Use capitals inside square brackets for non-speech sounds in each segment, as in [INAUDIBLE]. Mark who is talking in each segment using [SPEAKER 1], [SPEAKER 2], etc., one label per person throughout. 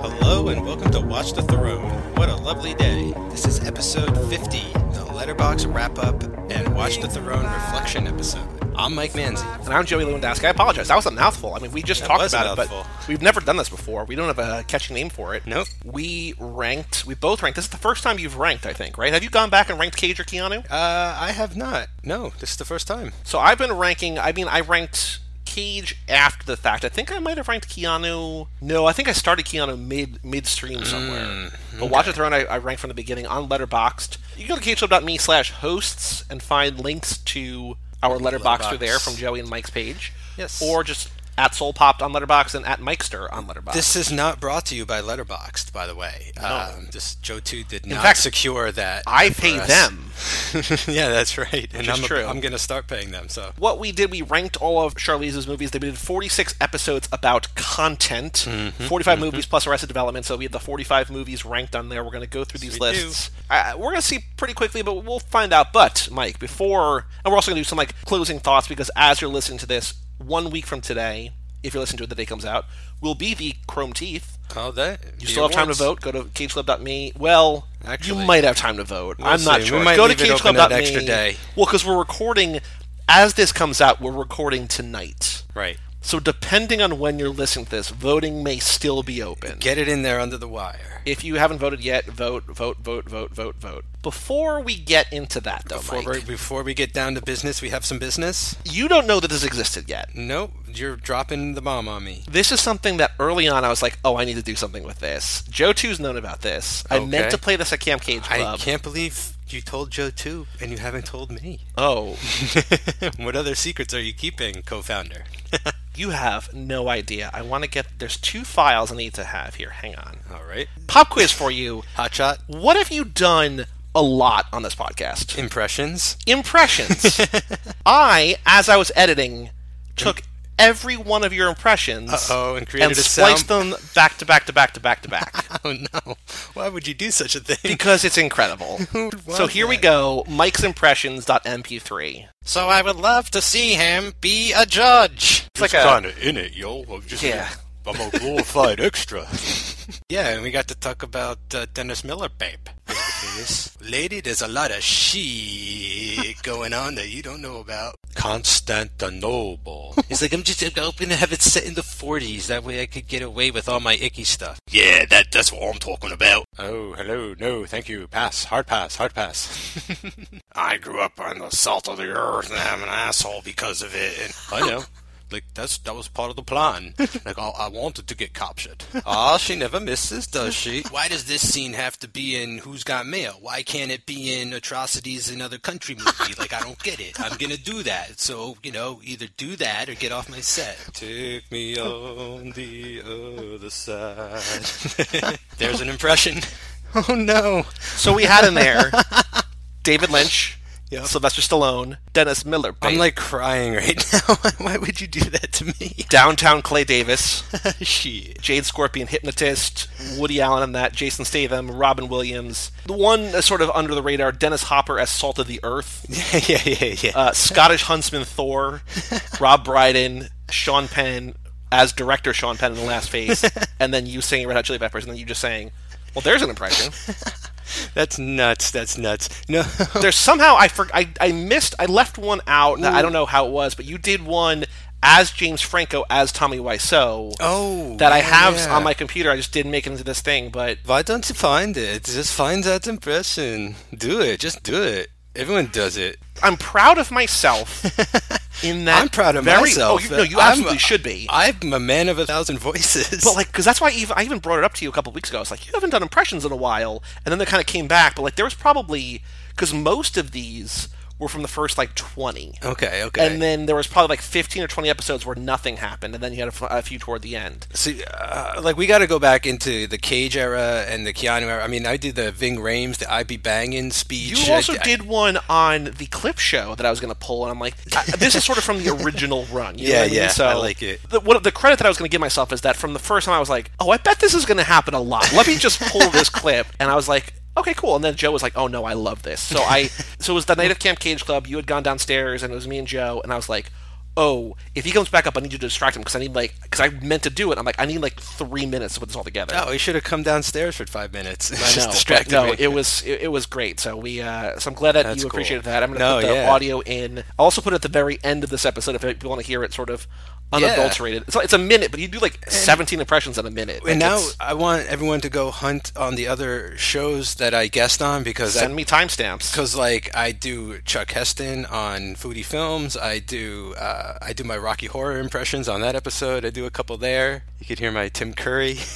[SPEAKER 1] Hello and welcome to Watch the Throne. What a lovely day. This is episode 50, the Letterbox Wrap Up and Watch the Throne Reflection episode. I'm Mike Manzi.
[SPEAKER 2] And I'm Joey Lewandowski. I apologize. That was a mouthful. I mean, we just
[SPEAKER 1] That
[SPEAKER 2] talked
[SPEAKER 1] was a
[SPEAKER 2] about it, but
[SPEAKER 1] mouthful.
[SPEAKER 2] we've never done this before. We don't have a catchy name for it.
[SPEAKER 1] Nope.
[SPEAKER 2] We ranked. We both ranked. This is the first time you've ranked, I think, right? Have you gone back and ranked Cage or Keanu?
[SPEAKER 1] Uh, I have not. No, this is the first time.
[SPEAKER 2] So I've been ranking. I mean, I ranked Cage after the fact. I think I might have ranked Keanu. No, I think I started Keanu mid midstream somewhere. But Watch the Throne, I, I ranked from the beginning on Letterboxd. You can go to cageclub.me slash hosts and find links to our Letterboxd through there
[SPEAKER 1] Letterboxd.
[SPEAKER 2] from Joey and Mike's page.
[SPEAKER 1] Yes.
[SPEAKER 2] Or just at Soul Popped on Letterboxd and at Mikester on Letterboxd.
[SPEAKER 1] This is not brought to you by Letterboxd, by the way. Um, this Joe 2 did not
[SPEAKER 2] fact,
[SPEAKER 1] secure that.
[SPEAKER 2] I
[SPEAKER 1] for
[SPEAKER 2] pay
[SPEAKER 1] us.
[SPEAKER 2] them.
[SPEAKER 1] [LAUGHS] yeah, that's right. and
[SPEAKER 2] is
[SPEAKER 1] I'm,
[SPEAKER 2] true.
[SPEAKER 1] I'm going to start paying them, so.
[SPEAKER 2] what we did, we ranked all of Charlize's movies. They did 46 episodes about content,
[SPEAKER 1] Mm-hmm.
[SPEAKER 2] 45 movies plus Arrested Development. So we had the 45 movies ranked on there. We're going to go through these
[SPEAKER 1] we do.
[SPEAKER 2] lists. Uh, we're going to see pretty quickly, but we'll find out. But Mike, before, and we're also going to do some like closing thoughts because as you're listening to this, one week from today, if you're listening to it the day it comes out, will be the Chrome Teeth.
[SPEAKER 1] Oh, that.
[SPEAKER 2] You still have time to vote. Go to cageclub.me. Well,
[SPEAKER 1] Actually,
[SPEAKER 2] you might have time to vote. I'm not
[SPEAKER 1] see. We
[SPEAKER 2] sure.
[SPEAKER 1] might
[SPEAKER 2] go to
[SPEAKER 1] leave it open that
[SPEAKER 2] cageclub.me.
[SPEAKER 1] extra day.
[SPEAKER 2] Well, because we're recording as this comes out, we're recording tonight.
[SPEAKER 1] Right.
[SPEAKER 2] So depending on when you're listening to this, voting may still be open.
[SPEAKER 1] Get it in there under the wire.
[SPEAKER 2] If you haven't voted yet, vote, vote, vote, vote, vote, vote. Before we get into that, though,
[SPEAKER 1] Before,
[SPEAKER 2] Mike,
[SPEAKER 1] we- before we get down to business, we have some business.
[SPEAKER 2] you don't know that this existed yet.
[SPEAKER 1] Nope, you're dropping the bomb on me.
[SPEAKER 2] this is something that early on I was like, oh, I need to do something with this. Joe Two's known about this. I
[SPEAKER 1] Okay.
[SPEAKER 2] meant to play this at Camp Cage
[SPEAKER 1] I
[SPEAKER 2] Club.
[SPEAKER 1] can't believe you told Joe too, and you haven't told
[SPEAKER 2] [LAUGHS]
[SPEAKER 1] me.
[SPEAKER 2] Oh,
[SPEAKER 1] what other secrets are you keeping,
[SPEAKER 2] [LAUGHS]
[SPEAKER 1] co-founder?
[SPEAKER 2] you have no idea. I want to get. There's two files I need to have here. Hang on.
[SPEAKER 1] All right,
[SPEAKER 2] Pop quiz for you.
[SPEAKER 1] hotshot
[SPEAKER 2] What have you done a lot on this podcast?
[SPEAKER 1] impressions. [LAUGHS]
[SPEAKER 2] Impressions. I, as I was editing, took every one of your impressions
[SPEAKER 1] Uh-oh, Oh, and created
[SPEAKER 2] and
[SPEAKER 1] a
[SPEAKER 2] spliced them back to back to back to back to back.
[SPEAKER 1] [LAUGHS] Oh no! Why would you do such a thing?
[SPEAKER 2] because it's
[SPEAKER 1] [LAUGHS]
[SPEAKER 2] incredible. so
[SPEAKER 1] want
[SPEAKER 2] here we
[SPEAKER 1] that?
[SPEAKER 2] go, Mike's impressions.mp3.
[SPEAKER 1] So I would love to see him be a judge.
[SPEAKER 2] It's like
[SPEAKER 3] just
[SPEAKER 2] a
[SPEAKER 3] kind of in it, yo. I'm just
[SPEAKER 2] Yeah.
[SPEAKER 3] I'm a glorified extra.
[SPEAKER 1] [LAUGHS] Yeah, and we got to talk about uh, Dennis Miller, babe. Lady, there's a lot of she going on that you don't know about.
[SPEAKER 3] Constantinople.
[SPEAKER 1] He's like, I'm just I'm hoping to have it set in the 40s. That way I could get away with all my icky stuff.
[SPEAKER 3] yeah, that that's what I'm talking about.
[SPEAKER 1] Oh, hello. No, thank you. Pass. Hard pass. Hard pass. [LAUGHS]
[SPEAKER 3] I grew up on the salt of the earth, and I'm an asshole because of it. And I know. Like that's that was part of the [LAUGHS] plan. Like I, I wanted to get captured.
[SPEAKER 1] Aw, she never misses, does she? [LAUGHS] Why does this scene have to be in Who's Got Mail? Why can't it be in Atrocities in Other Country Movie? Like, I don't get it. I'm going to do that. So, you know, either do that or get off my set.
[SPEAKER 3] Take me on the
[SPEAKER 1] [LAUGHS]
[SPEAKER 3] other side. [LAUGHS]
[SPEAKER 1] There's an impression. [LAUGHS] Oh, no.
[SPEAKER 2] so we had
[SPEAKER 1] [LAUGHS]
[SPEAKER 2] in there David Lynch,
[SPEAKER 1] Yep.
[SPEAKER 2] Sylvester Stallone, Dennis Miller,
[SPEAKER 1] I'm
[SPEAKER 2] babe,
[SPEAKER 1] like crying right [LAUGHS] now. Why would you do that to me? [LAUGHS]
[SPEAKER 2] downtown Clay Davis,
[SPEAKER 1] Shit.
[SPEAKER 2] Jade Scorpion, Hypnotist, Woody Allen in that, Jason Statham, Robin Williams, the one uh, sort of under the radar, Dennis Hopper as Salt of the Earth,
[SPEAKER 1] yeah, yeah, yeah, yeah.
[SPEAKER 2] uh, Scottish Huntsman Thor, Rob Brydon, Sean Penn as director Sean Penn in the last phase, and then you saying Red Hot Chili Peppers, and then you just saying, "Well, there's an impression."
[SPEAKER 1] That's nuts. That's nuts.
[SPEAKER 2] [LAUGHS]
[SPEAKER 1] No.
[SPEAKER 2] There's somehow I, for, I I missed I left one out that I don't know how it was, but you did one as James Franco as Tommy Wiseau.
[SPEAKER 1] Oh,
[SPEAKER 2] that I have
[SPEAKER 1] yeah.
[SPEAKER 2] on my computer. I just didn't make it into this thing, but
[SPEAKER 1] Why don't you find it? Just find that impression. Do it. Just do it. Everyone does it.
[SPEAKER 2] I'm proud
[SPEAKER 1] [LAUGHS]
[SPEAKER 2] of myself. In that
[SPEAKER 1] I'm proud of
[SPEAKER 2] very,
[SPEAKER 1] myself.
[SPEAKER 2] Oh, you, no, you
[SPEAKER 1] I'm-
[SPEAKER 2] absolutely should be.
[SPEAKER 1] I'm a man of a thousand voices.
[SPEAKER 2] But like, because that's why I even I even brought it up to you a couple weeks ago. I was like, you haven't done impressions in a while, and then they kind of came back. But like, there was probably because most of these were from the first like twenty,
[SPEAKER 1] [LAUGHS] okay, okay.
[SPEAKER 2] and then there was probably like fifteen or twenty episodes where nothing happened, and then you had a, f- a few toward the end.
[SPEAKER 1] See, uh, like we got to go back into the Cage era and the Keanu era. I mean, I did the Ving Rhames, the I be banging speech.
[SPEAKER 2] You also
[SPEAKER 1] I- I-
[SPEAKER 2] did one on the clip show that I was going to pull, and I'm like, I, this is sort of from the original [LAUGHS] run. You know
[SPEAKER 1] Yeah,
[SPEAKER 2] what I mean?
[SPEAKER 1] yeah,
[SPEAKER 2] So
[SPEAKER 1] I like it.
[SPEAKER 2] The, what, the credit that I was going to give myself is that from the first time I was like, oh, I bet this is going to happen a lot. Let me just pull this [LAUGHS] clip, and I was like. Okay, cool. And then Joe was like, "Oh no, I love this." So I, so it was the night of Camp Cage Club. You had gone downstairs, and it was me and Joe, and I was like, oh, if he comes back up, I need you to distract him because I need like because I meant to do it. I'm like, I need like three minutes to put this all together.
[SPEAKER 1] Oh, he should have come downstairs for five minutes. [LAUGHS] and
[SPEAKER 2] I
[SPEAKER 1] just
[SPEAKER 2] know, but
[SPEAKER 1] distracted
[SPEAKER 2] no,
[SPEAKER 1] me.
[SPEAKER 2] it was it, it was great. So we, uh, so I'm glad that
[SPEAKER 1] That's
[SPEAKER 2] you
[SPEAKER 1] cool.
[SPEAKER 2] appreciated that. I'm going to
[SPEAKER 1] No,
[SPEAKER 2] put the
[SPEAKER 1] yeah.
[SPEAKER 2] audio in. I'll also put it at the very end of this episode if you want to hear it, sort of unadulterated. It's, it's a minute, but you do like 17 impressions in a minute. Like,
[SPEAKER 1] And now
[SPEAKER 2] it's-
[SPEAKER 1] I want everyone to go hunt on the other shows that I guest on because I
[SPEAKER 2] send me timestamps.
[SPEAKER 1] because like I do Chuck Heston on Foodie Films. I do uh, I do my Rocky Horror impressions on that episode. I do a couple there. You could hear my Tim Curry. [LAUGHS]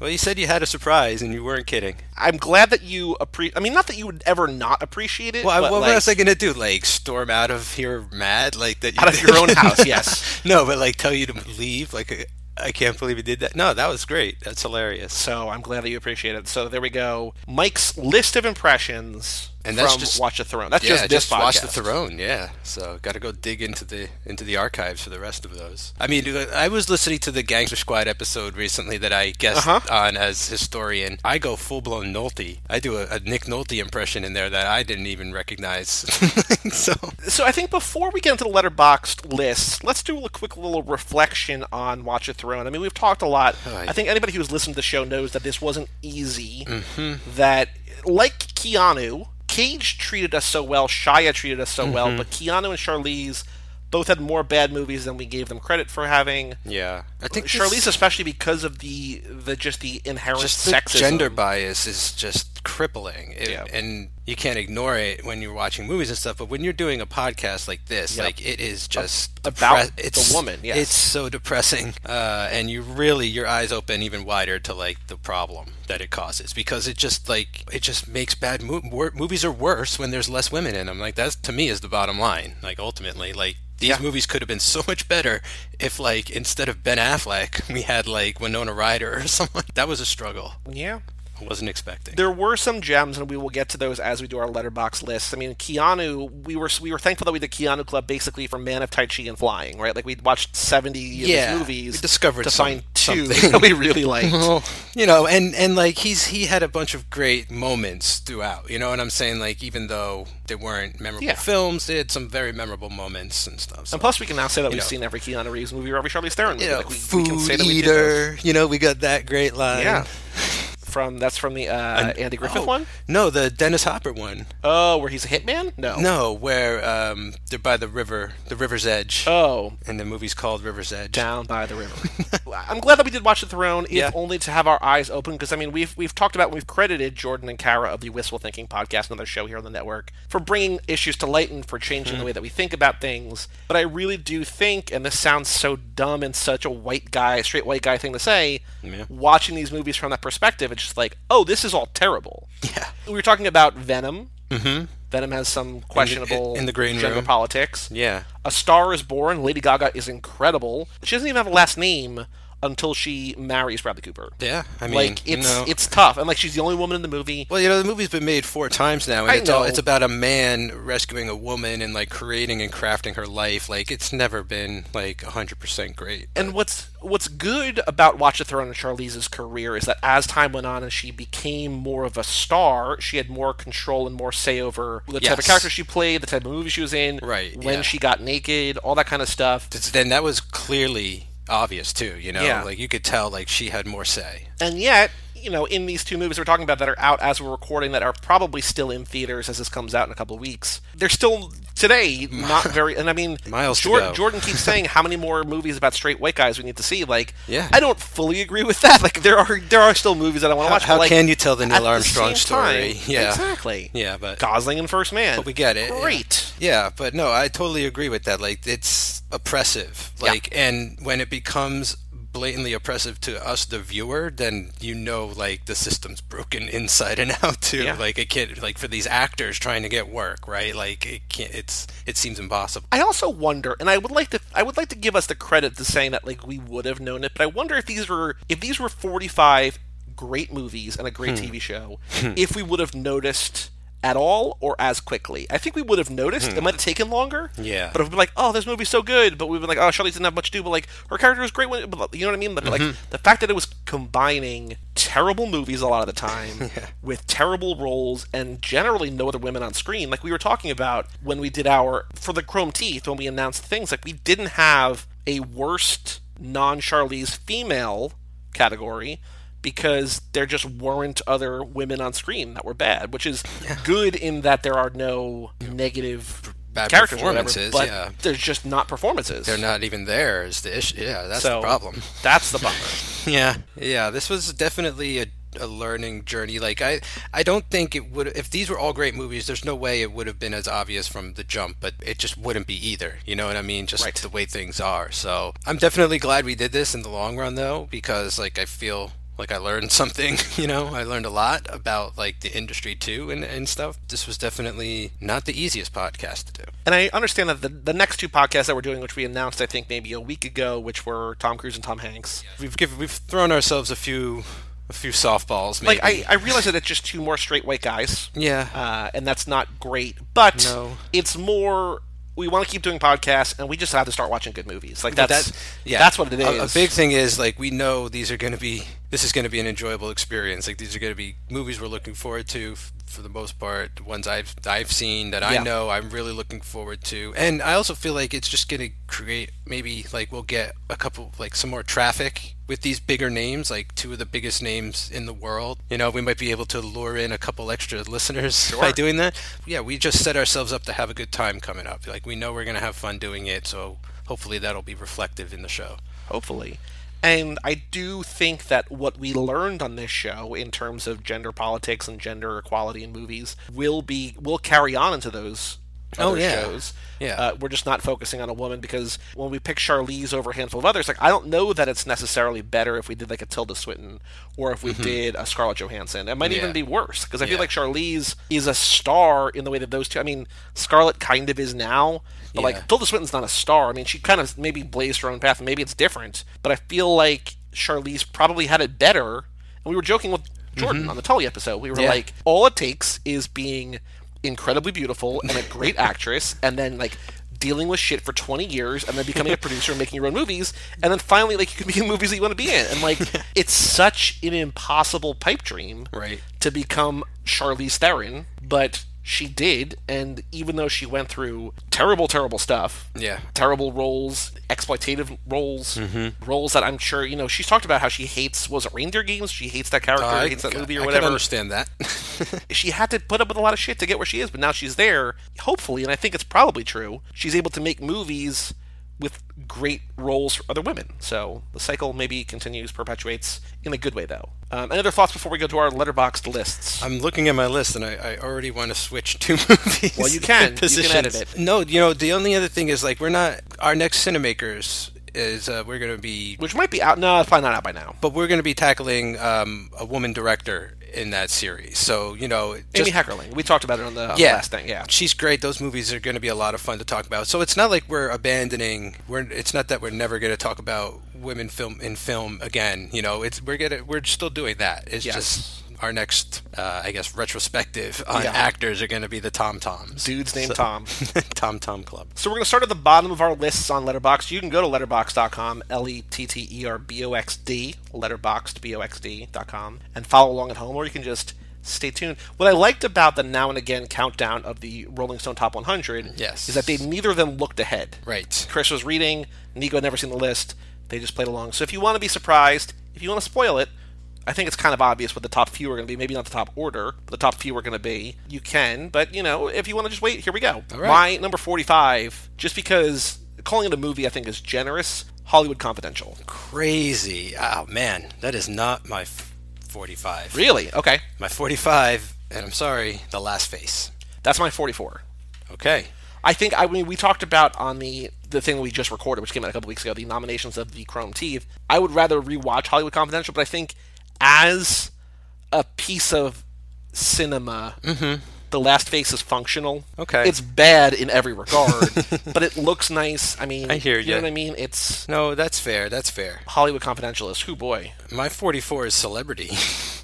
[SPEAKER 1] well, you said you had a surprise and you weren't kidding.
[SPEAKER 2] I'm glad that you appreciate. I mean, not that you would ever not appreciate it.
[SPEAKER 1] Well, I-
[SPEAKER 2] but,
[SPEAKER 1] what
[SPEAKER 2] like,
[SPEAKER 1] else was I gonna do? Like storm out of here mad? Like that? You
[SPEAKER 2] Out of
[SPEAKER 1] [LAUGHS]
[SPEAKER 2] your own
[SPEAKER 1] did?
[SPEAKER 2] house, yes.
[SPEAKER 1] no, but like tell you to leave? Like I can't believe you did that. No, that was great. That's hilarious.
[SPEAKER 2] So I'm glad that you appreciate it. So there we go. Mike's list of impressions
[SPEAKER 1] And that's
[SPEAKER 2] from
[SPEAKER 1] just-
[SPEAKER 2] Watch the Throne. That's
[SPEAKER 1] yeah,
[SPEAKER 2] just this podcast.
[SPEAKER 1] watch the throne. Yeah, so got to go dig into the into the archives for the rest of those. I mean, I was listening to the Gangster Squad episode recently that I guest
[SPEAKER 2] Uh-huh.
[SPEAKER 1] on as historian. I go full blown Nolte. I do a, a Nick Nolte impression in there that I didn't even recognize. [LAUGHS] so
[SPEAKER 2] So I think before we get into the letterboxed list, let's do a quick little reflection on Watch It Throne. I mean, we've talked a lot.
[SPEAKER 1] Right.
[SPEAKER 2] I think anybody who's listened to the show knows that this wasn't easy.
[SPEAKER 1] Mm-hmm.
[SPEAKER 2] That, like Keanu, Cage treated us so well, Shia treated us so
[SPEAKER 1] Mm-hmm.
[SPEAKER 2] well, but Keanu and Charlize both had more bad movies than we gave them credit for having.
[SPEAKER 1] yeah, I think this-
[SPEAKER 2] Charlize, especially because of the the just the inherent
[SPEAKER 1] just the
[SPEAKER 2] sexism.
[SPEAKER 1] gender bias is just crippling It-
[SPEAKER 2] Yeah.
[SPEAKER 1] and you can't ignore it when you're watching movies and stuff but when you're doing a podcast like this
[SPEAKER 2] Yep.
[SPEAKER 1] like it is just
[SPEAKER 2] about the
[SPEAKER 1] it's
[SPEAKER 2] woman, yes.
[SPEAKER 1] it's so depressing uh, and you really your eyes open even wider to like the problem that it causes because it just like it just makes bad mo- wor- movies are worse when there's less women in them like that's to me is the bottom line like ultimately like these movies could have been so [LAUGHS] much better if, like, instead of Ben Affleck, we had like Winona Ryder or [LAUGHS] someone. That was a struggle.
[SPEAKER 2] Yeah.
[SPEAKER 1] I wasn't expecting.
[SPEAKER 2] there were some gems, and we will get to those as we do our letterbox lists. I mean, Keanu, we were we were thankful that we did Keanu Club basically from Man of Tai Chi and Flying, right? Like we watched seventy of
[SPEAKER 1] Yeah,
[SPEAKER 2] his movies,
[SPEAKER 1] we discovered
[SPEAKER 2] to
[SPEAKER 1] some-
[SPEAKER 2] find two
[SPEAKER 1] something.
[SPEAKER 2] [LAUGHS] that we
[SPEAKER 1] [LAUGHS]
[SPEAKER 2] really liked.
[SPEAKER 1] well, you know, and and like he's he had a bunch of great moments throughout. You know what I'm saying? Like even though they weren't memorable
[SPEAKER 2] Yeah.
[SPEAKER 1] films, they had some very memorable moments and stuff. So,
[SPEAKER 2] and plus, we can now say that we've
[SPEAKER 1] know.
[SPEAKER 2] seen every Keanu Reeves movie or every Charlize Theron movie.
[SPEAKER 1] you know,
[SPEAKER 2] like we, we
[SPEAKER 1] food
[SPEAKER 2] can say that we did those.
[SPEAKER 1] eater. You know, we got that great line.
[SPEAKER 2] yeah. From that's from the uh, Andy Griffith
[SPEAKER 1] Oh,
[SPEAKER 2] one.
[SPEAKER 1] No, the Dennis Hopper one.
[SPEAKER 2] Oh, where he's a hitman? No.
[SPEAKER 1] No, where um, they're by the river, the river's edge,
[SPEAKER 2] Oh,
[SPEAKER 1] and the movie's called River's Edge.
[SPEAKER 2] down by
[SPEAKER 1] [LAUGHS]
[SPEAKER 2] the river. I'm glad that we did watch the throne, if
[SPEAKER 1] Yeah.
[SPEAKER 2] only to have our eyes open. Because I mean, we've we've talked about we've credited Jordan and Kara of the Wistful Thinking podcast, another show here on the network, for bringing issues to light and for changing
[SPEAKER 1] Mm-hmm.
[SPEAKER 2] the way that we think about things. But I really do think, and this sounds so dumb and such a white guy, straight white guy thing to say, watching these movies from that perspective, it's just like, oh, this is all
[SPEAKER 1] [LAUGHS]
[SPEAKER 2] terrible.
[SPEAKER 1] Yeah.
[SPEAKER 2] We were talking about Venom. Mm-hmm. Venom has some questionable
[SPEAKER 1] in the green
[SPEAKER 2] gender
[SPEAKER 1] room.
[SPEAKER 2] politics.
[SPEAKER 1] Yeah.
[SPEAKER 2] A Star is Born, Lady Gaga is incredible. She doesn't even have a last name until she marries Bradley Cooper.
[SPEAKER 1] Yeah, I mean,
[SPEAKER 2] like it's
[SPEAKER 1] no.
[SPEAKER 2] it's tough, and like she's the only woman in the movie.
[SPEAKER 1] Well, you know, the movie's been made four times now, and
[SPEAKER 2] I
[SPEAKER 1] it's all,
[SPEAKER 2] know.
[SPEAKER 1] it's about a man rescuing a woman and like creating and crafting her life. Like it's never been like 100% great.
[SPEAKER 2] And what's what's good about Watch the Throne and Charlize's career is that as time went on and she became more of a star, she had more control and more say over the type of
[SPEAKER 1] Yes.
[SPEAKER 2] character she played, the type of movie she was in,
[SPEAKER 1] Right,
[SPEAKER 2] when
[SPEAKER 1] yeah.
[SPEAKER 2] she got naked, all that kind of stuff.
[SPEAKER 1] It's- Then that was clearly obvious too, you know?
[SPEAKER 2] Yeah.
[SPEAKER 1] Like you could tell like she had more say.
[SPEAKER 2] And yet, you know, in these two movies we're talking about that are out as we're recording that are probably still in theaters as this comes out in a couple of weeks, they're still today
[SPEAKER 1] [LAUGHS]
[SPEAKER 2] not very. And I mean,
[SPEAKER 1] Miles to
[SPEAKER 2] Jor-
[SPEAKER 1] go.
[SPEAKER 2] Jordan keeps saying how many more movies about straight white guys we need to see. Like,
[SPEAKER 1] Yeah.
[SPEAKER 2] I don't fully agree with that. Like, there are there are still movies that I want to watch.
[SPEAKER 1] How
[SPEAKER 2] but, like,
[SPEAKER 1] can you tell the
[SPEAKER 2] at
[SPEAKER 1] Neil Armstrong
[SPEAKER 2] same
[SPEAKER 1] story?
[SPEAKER 2] time-
[SPEAKER 1] [LAUGHS] yeah.
[SPEAKER 2] exactly.
[SPEAKER 1] Yeah, but
[SPEAKER 2] Gosling and First Man.
[SPEAKER 1] But we get it. yeah.
[SPEAKER 2] Great.
[SPEAKER 1] Yeah, but no, I totally agree with that. Like it's oppressive. Like and when it becomes blatantly oppressive to us the viewer, then you know like the system's broken [LAUGHS] inside and out too.
[SPEAKER 2] Yeah.
[SPEAKER 1] Like it can't like for these actors trying to get work, right? Like it can't it's it seems impossible.
[SPEAKER 2] I also wonder, and I would like to, I would like to give us the credit to saying that like we would have known it, but I wonder if these were, if these were forty-five great movies and a great TV show, if we would have noticed at all or as quickly. I think we would have noticed. It might have taken longer.
[SPEAKER 1] Yeah.
[SPEAKER 2] But if we'd been like, oh, this movie's so good, but we've been like, oh, Shelley didn't have much to do, but like her character was great. When, but, you know what I mean? But, Like the fact that it was combining terrible movies a lot of the time with terrible roles and generally no other women on screen. Like we were talking about when we did our for the Chrome Teeth when we announced things. Like we didn't have a worst non-Charlize female category because there just weren't other women on screen that were bad, which is good in that there are no negative
[SPEAKER 1] Bad
[SPEAKER 2] characters or whatever,
[SPEAKER 1] performances,
[SPEAKER 2] but
[SPEAKER 1] yeah.
[SPEAKER 2] there's just not performances.
[SPEAKER 1] They're not even there is the issue. Yeah, that's the
[SPEAKER 2] so
[SPEAKER 1] problem.
[SPEAKER 2] That's the bummer.
[SPEAKER 1] [LAUGHS] Yeah, yeah. This was definitely a, a learning journey. Like I, I don't think it would. If these were all great movies, there's no way it would have been as obvious from the jump. But it just wouldn't be either. You know what I mean? Just
[SPEAKER 2] Right.
[SPEAKER 1] the way things are. So I'm definitely glad we did this in the long run, though, because like I feel like I learned [LAUGHS] something. You know, I learned a lot about like the industry too and and stuff. This was definitely not the easiest podcast to do.
[SPEAKER 2] And I understand that the, the next two podcasts that we're doing, which we announced, I think maybe a week ago, which were Tom Cruise and Tom Hanks.
[SPEAKER 1] We've given, we've thrown ourselves a few a few softballs. Maybe.
[SPEAKER 2] Like I, I realize that it's just two more straight white guys.
[SPEAKER 1] yeah.
[SPEAKER 2] uh, and that's not great. But
[SPEAKER 1] No.
[SPEAKER 2] it's more we want to keep doing podcasts, and we just have to start watching good movies. Like
[SPEAKER 1] But
[SPEAKER 2] that's
[SPEAKER 1] that- yeah,
[SPEAKER 2] that's what it is.
[SPEAKER 1] A, a big thing is like we know these are going to be this is going to be an enjoyable experience. Like these are going to be movies we're looking forward to f- for the most part. The ones I've I've seen that
[SPEAKER 2] Yeah.
[SPEAKER 1] I know I'm really looking forward to, and I also feel like it's just going to create maybe like we'll get a couple like some more traffic with these bigger names, like two of the biggest names in the world. You know, we might be able to lure in a couple extra listeners [LAUGHS] by doing that. Yeah, we just set ourselves up to have a good time coming up. Like we know we're going to have fun doing it, so hopefully that'll be reflective in the show.
[SPEAKER 2] hopefully. And I do think that what we learned on this show in terms of gender politics and gender equality in movies will be will carry on into those
[SPEAKER 1] Oh,
[SPEAKER 2] other
[SPEAKER 1] yeah.
[SPEAKER 2] shows.
[SPEAKER 1] Yeah.
[SPEAKER 2] Uh, we're just not focusing on a woman because when we pick Charlize over a handful of others, like I don't know that it's necessarily better if we did like a Tilda Swinton or if we did a Scarlett Johansson. It might even
[SPEAKER 1] Mm-hmm. Yeah.
[SPEAKER 2] be worse because I feel
[SPEAKER 1] Yeah.
[SPEAKER 2] like Charlize is a star in the way that those two. I mean, Scarlett kind of is now, but
[SPEAKER 1] Yeah.
[SPEAKER 2] like Tilda Swinton's not a star. I mean, she kind of maybe blazed her own path, and maybe it's different. But I feel like Charlize probably had it better. And we were joking with Jordan on the Tully episode. We were
[SPEAKER 1] Mm-hmm. Yeah.
[SPEAKER 2] like, all it takes is being incredibly beautiful and a great actress, and then like dealing with shit for 20 years and then becoming
[SPEAKER 1] [LAUGHS]
[SPEAKER 2] a producer and making your own movies and then finally like you can be in movies that you want to be in and
[SPEAKER 1] [LAUGHS]
[SPEAKER 2] like it's such an impossible pipe dream
[SPEAKER 1] Right.
[SPEAKER 2] to become Charlize Theron, but she did, and even though she went through terrible, terrible stuff,
[SPEAKER 1] Yeah.
[SPEAKER 2] terrible roles, exploitative roles,
[SPEAKER 1] Mm-hmm.
[SPEAKER 2] roles that I'm sure you know, she's talked about how she hates was it Reindeer Games? She hates that character, hates that movie, or
[SPEAKER 1] I
[SPEAKER 2] whatever.
[SPEAKER 1] can understand
[SPEAKER 2] [LAUGHS]
[SPEAKER 1] that.
[SPEAKER 2] She had to put up with a lot of shit to get where she is, but now she's there. Hopefully, and I think it's probably true. She's able to make movies with great roles for other women. So the cycle maybe continues, perpetuates in a good way, though. Um, any other thoughts before we go to our letterboxed lists?
[SPEAKER 1] I'm looking at my list and I, I already want to switch two [LAUGHS] movies.
[SPEAKER 2] Well, you can. You can
[SPEAKER 1] positions.
[SPEAKER 2] edit it.
[SPEAKER 1] No, you know the only other thing is like we're not our next cinemakers is uh, we're going to be
[SPEAKER 2] which might be out. No, it's probably not out by now.
[SPEAKER 1] but we're going to be tackling um, a woman director in that series. So you know,
[SPEAKER 2] Amy
[SPEAKER 1] just-
[SPEAKER 2] Heckerling. We talked about it on the, on the last thing. Yeah.
[SPEAKER 1] she's great. Those movies are going to be a lot of fun to talk about. So it's not like we're abandoning. We're it's not that we're never going to talk about women film in film again. You know, it's we're gonna we're still doing that. It's
[SPEAKER 2] Yes.
[SPEAKER 1] just our next, uh, I guess, retrospective on
[SPEAKER 2] Yeah.
[SPEAKER 1] actors are going to be the Tom Toms,
[SPEAKER 2] Dude's
[SPEAKER 1] [LAUGHS]
[SPEAKER 2] named Tom.
[SPEAKER 1] Tom Tom Club.
[SPEAKER 2] So we're going to start at the bottom of our lists on Letterboxd. You can go to letterboxd.com, L E T T E R B O X D, letterboxd, B O X D dot com, and follow along at home, or you can just stay tuned. What I liked about the now and again countdown of the Rolling Stone Top 100
[SPEAKER 1] Yes.
[SPEAKER 2] is that they neither of them looked ahead.
[SPEAKER 1] Right.
[SPEAKER 2] Chris was reading, Nico had never seen the list, they just played along. So if you want to be surprised, if you want to spoil it, I think it's kind of obvious what the top few are going to be. Maybe not the top order, but the top few are going to be. You can, but you know, if you want to just wait, here we go.
[SPEAKER 1] right.
[SPEAKER 2] My number 45, just because calling it a movie I think is generous, Hollywood Confidential.
[SPEAKER 1] Crazy. Oh man, that is not my f- forty-five.
[SPEAKER 2] Really? Okay.
[SPEAKER 1] My forty-five, and I'm sorry, the last face.
[SPEAKER 2] That's my 44.
[SPEAKER 1] Okay.
[SPEAKER 2] I think I mean we talked about on the the thing we just recorded, which came out a couple weeks ago, the nominations of the Chrome Teeth. I would rather rewatch Hollywood Confidential, but I think as a piece of cinema, The Last Face is functional.
[SPEAKER 1] Mm-hmm. Okay.
[SPEAKER 2] it's bad in every regard,
[SPEAKER 1] [LAUGHS]
[SPEAKER 2] but it looks nice. I mean,
[SPEAKER 1] I hear
[SPEAKER 2] You know
[SPEAKER 1] ya.
[SPEAKER 2] what I mean? It's
[SPEAKER 1] No, that's fair. That's fair.
[SPEAKER 2] Hollywood Confidential is who boy.
[SPEAKER 1] My forty-four is celebrity. [LAUGHS]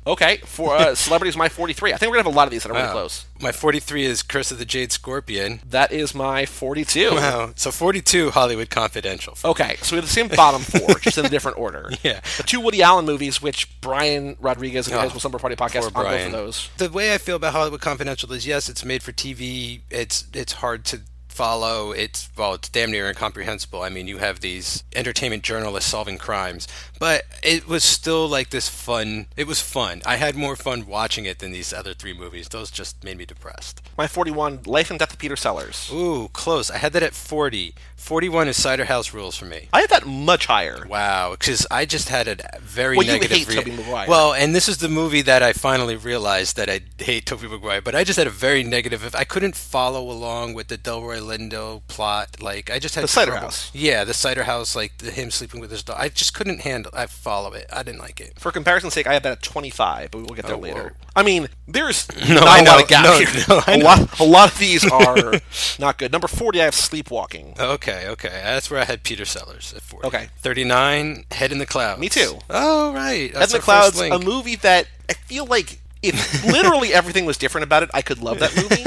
[SPEAKER 2] Okay, for uh, celebrities, my 43. I think we're gonna have a lot of these that are really
[SPEAKER 1] Wow.
[SPEAKER 2] close.
[SPEAKER 1] Uh, My 43 is Curse of the Jade Scorpion.
[SPEAKER 2] That is my 42.
[SPEAKER 1] Wow. So 42, Hollywood Confidential.
[SPEAKER 2] Okay, so we have the same
[SPEAKER 1] [LAUGHS]
[SPEAKER 2] bottom four, just in a different order.
[SPEAKER 1] Yeah.
[SPEAKER 2] The two Woody Allen movies, which Brian Rodriguez and the
[SPEAKER 1] Oh,
[SPEAKER 2] High School Summer Party podcast on
[SPEAKER 1] poor
[SPEAKER 2] both of
[SPEAKER 1] Brian.
[SPEAKER 2] those.
[SPEAKER 1] The way I feel about Hollywood Confidential is yes, it's made for TV. It's it's hard to follow. It's well, it's damn near incomprehensible. I mean, you have these entertainment journalists solving crimes, but it was still like this fun. It was fun. I had more fun watching it than these other three movies. Those just made me depressed.
[SPEAKER 2] My 41, Life and Death of Peter Sellers.
[SPEAKER 1] Ooh, close. I had that at 40. 41 is Cider House Rules for me.
[SPEAKER 2] I had that much higher.
[SPEAKER 1] Wow, because I just had a very
[SPEAKER 2] Well, you
[SPEAKER 1] negative.
[SPEAKER 2] hate Tobey Maguire.
[SPEAKER 1] Well, and this is the movie that I finally realized that I hate Toby Maguire. But I just had a very negative. I couldn't follow along with the Delroy Lindo plot. Like I just had
[SPEAKER 2] The Cider
[SPEAKER 1] trouble.
[SPEAKER 2] House.
[SPEAKER 1] Yeah, the cider house. Like the, him sleeping with his dog. I just couldn't handle. I follow it. I didn't like it.
[SPEAKER 2] For comparison's sake, I had that at 25, but we'll get there
[SPEAKER 1] Oh, whoa.
[SPEAKER 2] later. I mean, there's not
[SPEAKER 1] I
[SPEAKER 2] a lot
[SPEAKER 1] know.
[SPEAKER 2] of
[SPEAKER 1] [LAUGHS]
[SPEAKER 2] gap
[SPEAKER 1] No,
[SPEAKER 2] here.
[SPEAKER 1] no, I
[SPEAKER 2] a,
[SPEAKER 1] know.
[SPEAKER 2] lot, a lot of these are
[SPEAKER 1] [LAUGHS]
[SPEAKER 2] not good. Number 40, I have Sleepwalking.
[SPEAKER 1] Okay, okay. That's where I had Peter Sellers at forty.
[SPEAKER 2] Okay.
[SPEAKER 1] thirty-nine. Head in the clouds.
[SPEAKER 2] Me too.
[SPEAKER 1] Oh right.
[SPEAKER 2] Head
[SPEAKER 1] That's
[SPEAKER 2] in the
[SPEAKER 1] our first
[SPEAKER 2] Clouds,
[SPEAKER 1] link.
[SPEAKER 2] a movie that I feel like
[SPEAKER 1] [LAUGHS]
[SPEAKER 2] if literally everything was different about it, I could love that movie.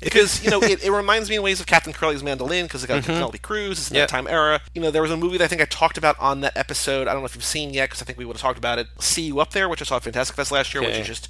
[SPEAKER 2] because, you know, it, it reminds me in ways of Captain Curly's Mandolin because it got Penelope Cruz. It's
[SPEAKER 1] Mm-hmm.
[SPEAKER 2] in
[SPEAKER 1] Yeah.
[SPEAKER 2] that time era. You know, there was a movie that I think I talked about on that episode. I don't know if you've seen yet because I think we would have talked about it. See You Up There, which I saw at Fantastic Fest last year, which
[SPEAKER 1] Okay.
[SPEAKER 2] is just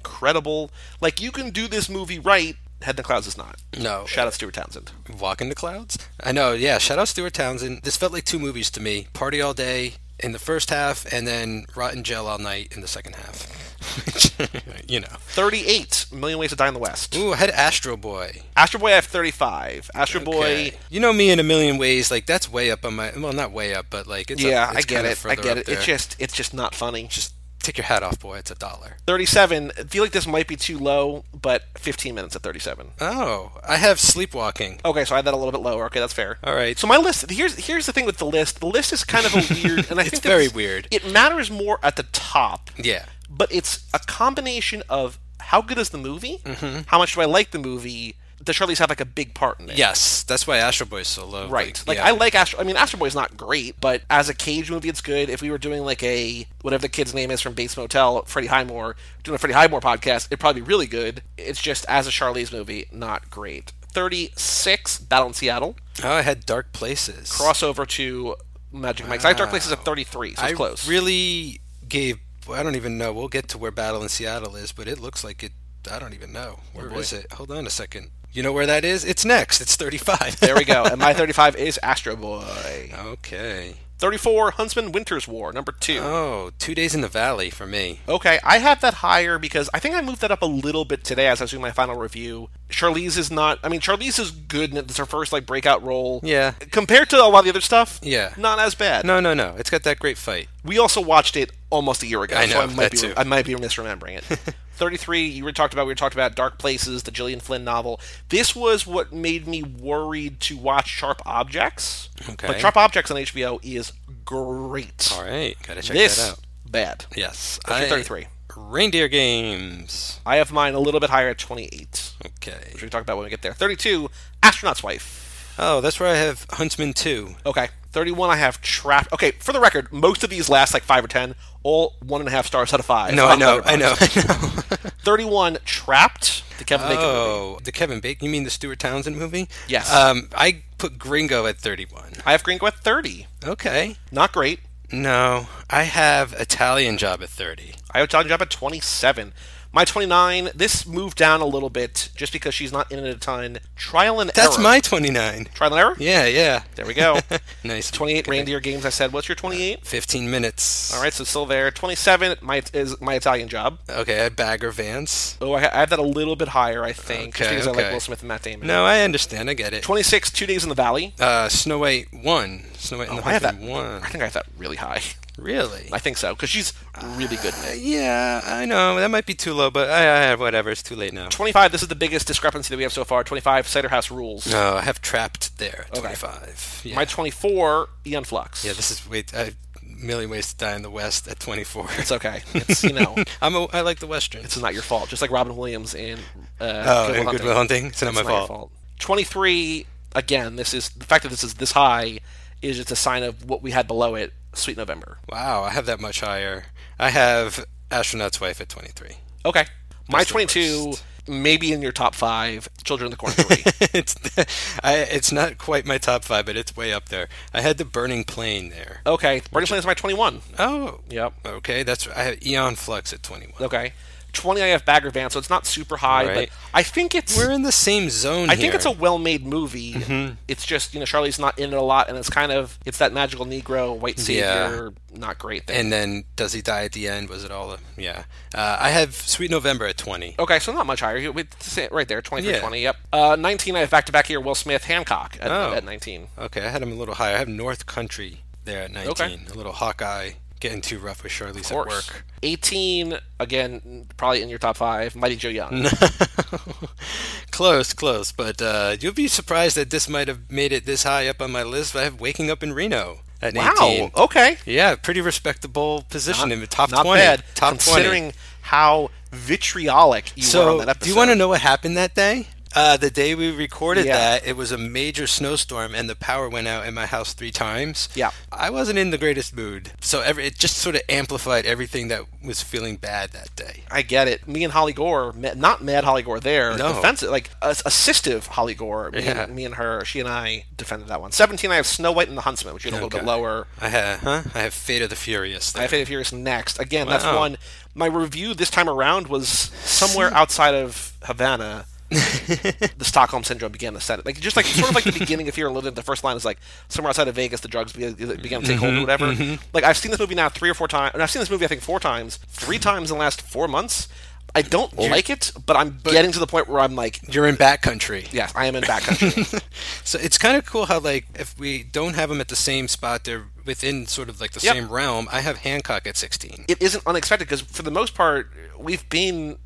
[SPEAKER 2] incredible. Like, you can do this movie right. Head in the Clouds is not.
[SPEAKER 1] No.
[SPEAKER 2] Shout out Stuart Townsend.
[SPEAKER 1] Walk in the Clouds? I know, yeah. Shout out Stuart Townsend. This felt like two movies to me Party All Day in the first half, and then Rotten Jail All Night in the second half. [LAUGHS] you know.
[SPEAKER 2] 38, A Million Ways to Die in the West.
[SPEAKER 1] Ooh, I had Astro Boy.
[SPEAKER 2] Astro Boy, I have 35. Astro Boy,
[SPEAKER 1] Okay. You know me in a million ways. Like, that's way up on my. Well, not way up, but like, it's.
[SPEAKER 2] yeah,
[SPEAKER 1] up,
[SPEAKER 2] I
[SPEAKER 1] it's
[SPEAKER 2] get
[SPEAKER 1] kinda
[SPEAKER 2] it. I
[SPEAKER 1] further
[SPEAKER 2] get
[SPEAKER 1] up
[SPEAKER 2] it. It's
[SPEAKER 1] there.
[SPEAKER 2] just it's just not funny. Just
[SPEAKER 1] Take your hat off, boy. It's a dollar.
[SPEAKER 2] 37. I feel like this might be too low, but 15 minutes at 37.
[SPEAKER 1] Oh, I have Sleepwalking.
[SPEAKER 2] Okay, so I had that a little bit lower. Okay, that's fair.
[SPEAKER 1] All right.
[SPEAKER 2] So my list here's here's the thing with the list. The list is kind
[SPEAKER 1] [LAUGHS]
[SPEAKER 2] of a weird, and I
[SPEAKER 1] It's
[SPEAKER 2] think
[SPEAKER 1] very
[SPEAKER 2] that's-
[SPEAKER 1] weird.
[SPEAKER 2] It matters more at the top,
[SPEAKER 1] Yeah.
[SPEAKER 2] but it's a combination of how good is the movie,
[SPEAKER 1] Mm-hmm.
[SPEAKER 2] how much do I like the movie. Does Charlize have like a big part in it?
[SPEAKER 1] Yes, that's why Astro Boy's so low.
[SPEAKER 2] Right. Like
[SPEAKER 1] yeah.
[SPEAKER 2] I like Astro. I mean, Astro Boy's not great, but as a Cage movie, it's good. If we were doing like a whatever the kid's name is from Bates Motel, Freddie Highmore, doing a Freddie Highmore podcast, it'd probably be really good. It's just as a Charlize movie, not great. Thirty-six, Battle in Seattle,
[SPEAKER 1] Oh, I had Dark Places.
[SPEAKER 2] crossover to Magic Mike's. I have Dark Places at thirty-three, so it's
[SPEAKER 1] I
[SPEAKER 2] close.
[SPEAKER 1] really gave. I don't even know. We'll get to where Battle in Seattle is, but it looks like it. I don't even know
[SPEAKER 2] Oh,
[SPEAKER 1] Where is it. Hold on a second. You know where that is? It's next. It's 35.
[SPEAKER 2] there we go. And my thirty-five is Astro Boy.
[SPEAKER 1] [LAUGHS] okay.
[SPEAKER 2] Thirty-four, Huntsman Winter's War, number two.
[SPEAKER 1] Oh, two days in the valley for me.
[SPEAKER 2] Okay, I have that higher because I think I moved that up a little bit today as I was doing my final review. Charlize is not. I mean, Charlize is good. And it's her first like breakout role.
[SPEAKER 1] Yeah.
[SPEAKER 2] Compared to a lot of the other stuff.
[SPEAKER 1] Yeah.
[SPEAKER 2] Not as bad.
[SPEAKER 1] No, no, no. It's got that great fight.
[SPEAKER 2] We also watched it almost a year ago.
[SPEAKER 1] I
[SPEAKER 2] so
[SPEAKER 1] know,
[SPEAKER 2] I might
[SPEAKER 1] that
[SPEAKER 2] be.
[SPEAKER 1] too.
[SPEAKER 2] I might be misremembering it.
[SPEAKER 1] [LAUGHS]
[SPEAKER 2] Thirty-three. You were talked about. We were talked about Dark Places, the Gillian Flynn novel. This was what made me worried to watch Sharp Objects.
[SPEAKER 1] Okay.
[SPEAKER 2] But Sharp Objects on HBO is great.
[SPEAKER 1] All right. Got to check that
[SPEAKER 2] This
[SPEAKER 1] out.
[SPEAKER 2] bad.
[SPEAKER 1] Yes.
[SPEAKER 2] That's your
[SPEAKER 1] I-
[SPEAKER 2] 33.
[SPEAKER 1] Reindeer Games.
[SPEAKER 2] I have mine a little bit higher at 28, which
[SPEAKER 1] Okay.
[SPEAKER 2] we can talk about when we get there. 32, Astronaut's Wife.
[SPEAKER 1] Oh, that's where I have Huntsman 2.
[SPEAKER 2] Okay. 31, I have Trapped. Okay, for the record, most of these last like five or 10, all one and a half stars out of five.
[SPEAKER 1] No, I
[SPEAKER 2] on
[SPEAKER 1] know. I
[SPEAKER 2] Letterboxd.
[SPEAKER 1] know.
[SPEAKER 2] [LAUGHS]
[SPEAKER 1] I know.
[SPEAKER 2] 31, Trapped, the Kevin Bacon movie.
[SPEAKER 1] Oh, the Kevin Bacon. You mean the Stuart Townsend movie?
[SPEAKER 2] Yes.
[SPEAKER 1] Um, I put Gringo at 31.
[SPEAKER 2] I have Gringo at 30.
[SPEAKER 1] Okay.
[SPEAKER 2] Not great.
[SPEAKER 1] No, I have Italian job at 30.
[SPEAKER 2] I have John Job at 27. My 29, this moved down a little bit just because she's not in it a ton. Trial and
[SPEAKER 1] That's
[SPEAKER 2] Error.
[SPEAKER 1] my 29.
[SPEAKER 2] Trial and Error?
[SPEAKER 1] Yeah, yeah.
[SPEAKER 2] There
[SPEAKER 1] [LAUGHS]
[SPEAKER 2] we go.
[SPEAKER 1] Nice.
[SPEAKER 2] 28 reindeer games, I said. What's your 28?
[SPEAKER 1] 15 minutes.
[SPEAKER 2] All right, so still there. 27 my, is my Italian job.
[SPEAKER 1] Okay, I had Bagger Vance.
[SPEAKER 2] Oh, I, I have that a little bit higher, I think, just
[SPEAKER 1] Okay,
[SPEAKER 2] because I like
[SPEAKER 1] okay.
[SPEAKER 2] Will Smith and Matt Damon.
[SPEAKER 1] No, I understand. I get it.
[SPEAKER 2] 26, Two Days in the Valley.
[SPEAKER 1] Uh, Snow White 1. Snow White and the
[SPEAKER 2] Oh, I have that.
[SPEAKER 1] Huntsman 1.
[SPEAKER 2] I think I have that really high. [LAUGHS]
[SPEAKER 1] Really?
[SPEAKER 2] I think so, because she's really good in it.
[SPEAKER 1] Yeah, I know. That might be too low, but I, I have whatever. It's too late now.
[SPEAKER 2] 25, this is the biggest discrepancy that we have so far. 25, Cider House Rules.
[SPEAKER 1] No, I have Trapped there at 25. Yeah.
[SPEAKER 2] My 24, Eon Flux.
[SPEAKER 1] yeah, this is. Wait, I, Million Ways to Die in the West at 24.
[SPEAKER 2] it's okay. It's, you know,
[SPEAKER 1] [LAUGHS]
[SPEAKER 2] [LAUGHS]
[SPEAKER 1] I'm a, I like the Western.
[SPEAKER 2] it's not your fault. Just like Robin Williams in uh,
[SPEAKER 1] oh,
[SPEAKER 2] Goodwill
[SPEAKER 1] and
[SPEAKER 2] Hunting.
[SPEAKER 1] Goodwill Hunting? It's not
[SPEAKER 2] It's
[SPEAKER 1] my
[SPEAKER 2] not your
[SPEAKER 1] fault.
[SPEAKER 2] fault. 23, again, this is the fact that this is this high is just a sign of what we had below it, Sweet November.
[SPEAKER 1] Wow, I have that much higher. I have Astronaut's Wife at 23.
[SPEAKER 2] Okay. My
[SPEAKER 1] That's the
[SPEAKER 2] 22, maybe in your top five, Children of the
[SPEAKER 1] [LAUGHS]
[SPEAKER 2] Corn 3.
[SPEAKER 1] [LAUGHS] it's I, it's not quite my top five, but it's way up there. I had the Burning Plane there.
[SPEAKER 2] okay. Burning Plane's my 21.
[SPEAKER 1] Oh,
[SPEAKER 2] Yep.
[SPEAKER 1] okay. That's I have Eon Flux at 21.
[SPEAKER 2] Okay. 20, I have Bagger Van, so it's not super high,
[SPEAKER 1] Right.
[SPEAKER 2] but I think it's.
[SPEAKER 1] We're in the same zone.
[SPEAKER 2] I think
[SPEAKER 1] here. Mm-hmm.
[SPEAKER 2] it's a well-made movie. It's just you know Charlie's not in it a lot, and it's kind of it's that magical Negro white savior, not great thing.
[SPEAKER 1] And then does he die at the end? Was it all? A, yeah. Uh, I have Sweet November at 20.
[SPEAKER 2] okay, so not much higher. You- it's right there, twenty for
[SPEAKER 1] Yeah.
[SPEAKER 2] twenty. Yep. Uh, nineteen. I have back-to-back here. Will Smith, Hancock at,
[SPEAKER 1] Oh.
[SPEAKER 2] at nineteen.
[SPEAKER 1] Okay, I had him a little higher. I have North Country there at 19. A little Hawkeye getting too rough with Charlize at
[SPEAKER 2] Of course.
[SPEAKER 1] work.
[SPEAKER 2] Eighteen again, probably in your top five. Mighty Joe Young.
[SPEAKER 1] Close, close, but uh, you'll be surprised that this might have made it this high up on my list. I have Waking Up in Reno at
[SPEAKER 2] Wow.
[SPEAKER 1] 18.
[SPEAKER 2] Okay.
[SPEAKER 1] Yeah, pretty respectable position in the top
[SPEAKER 2] not
[SPEAKER 1] 20.
[SPEAKER 2] bad.
[SPEAKER 1] Top 20.
[SPEAKER 2] considering how vitriolic you were on
[SPEAKER 1] So,
[SPEAKER 2] that episode.
[SPEAKER 1] do you want to know what happened that day? Uh, the day we recorded
[SPEAKER 2] Yeah.
[SPEAKER 1] that, it was a major snowstorm and the power went out in my house three times.
[SPEAKER 2] Yeah.
[SPEAKER 1] I wasn't in the greatest mood. So every, it just sort of amplified everything that was feeling bad that day.
[SPEAKER 2] I get it. Me and Holly Gore, ma- not mad Holly Gore there,
[SPEAKER 1] No.
[SPEAKER 2] defensive, like ass- assistive Holly Gore. Me,
[SPEAKER 1] Yeah.
[SPEAKER 2] me and her, she and I defended that one. 17, I have Snow White and the Huntsman, which is a little bit
[SPEAKER 1] Okay.
[SPEAKER 2] lower.
[SPEAKER 1] I have, huh? I have Fate of the Furious.
[SPEAKER 2] I
[SPEAKER 1] There.
[SPEAKER 2] have Fate of Furious next. Again, that's
[SPEAKER 1] Wow.
[SPEAKER 2] one. My review this time around was somewhere outside of Havana. the Stockholm syndrome began to set it. Like just like sort of like the beginning of Fear and Loathing. The first line is like somewhere outside of Vegas, the drugs be- began to take hold or whatever. Like I've seen this movie now three or four times, and I've seen this movie I think four times, three times in the last four months. I don't like it, but I'm getting to the point where I'm like,
[SPEAKER 1] You're in backcountry.
[SPEAKER 2] yes, I am in backcountry.
[SPEAKER 1] So it's kind of cool how like if we don't have them at the same spot, they're within sort of like the
[SPEAKER 2] Yep.
[SPEAKER 1] same realm. I have Hancock at 16.
[SPEAKER 2] it isn't unexpected because for the most part, we've been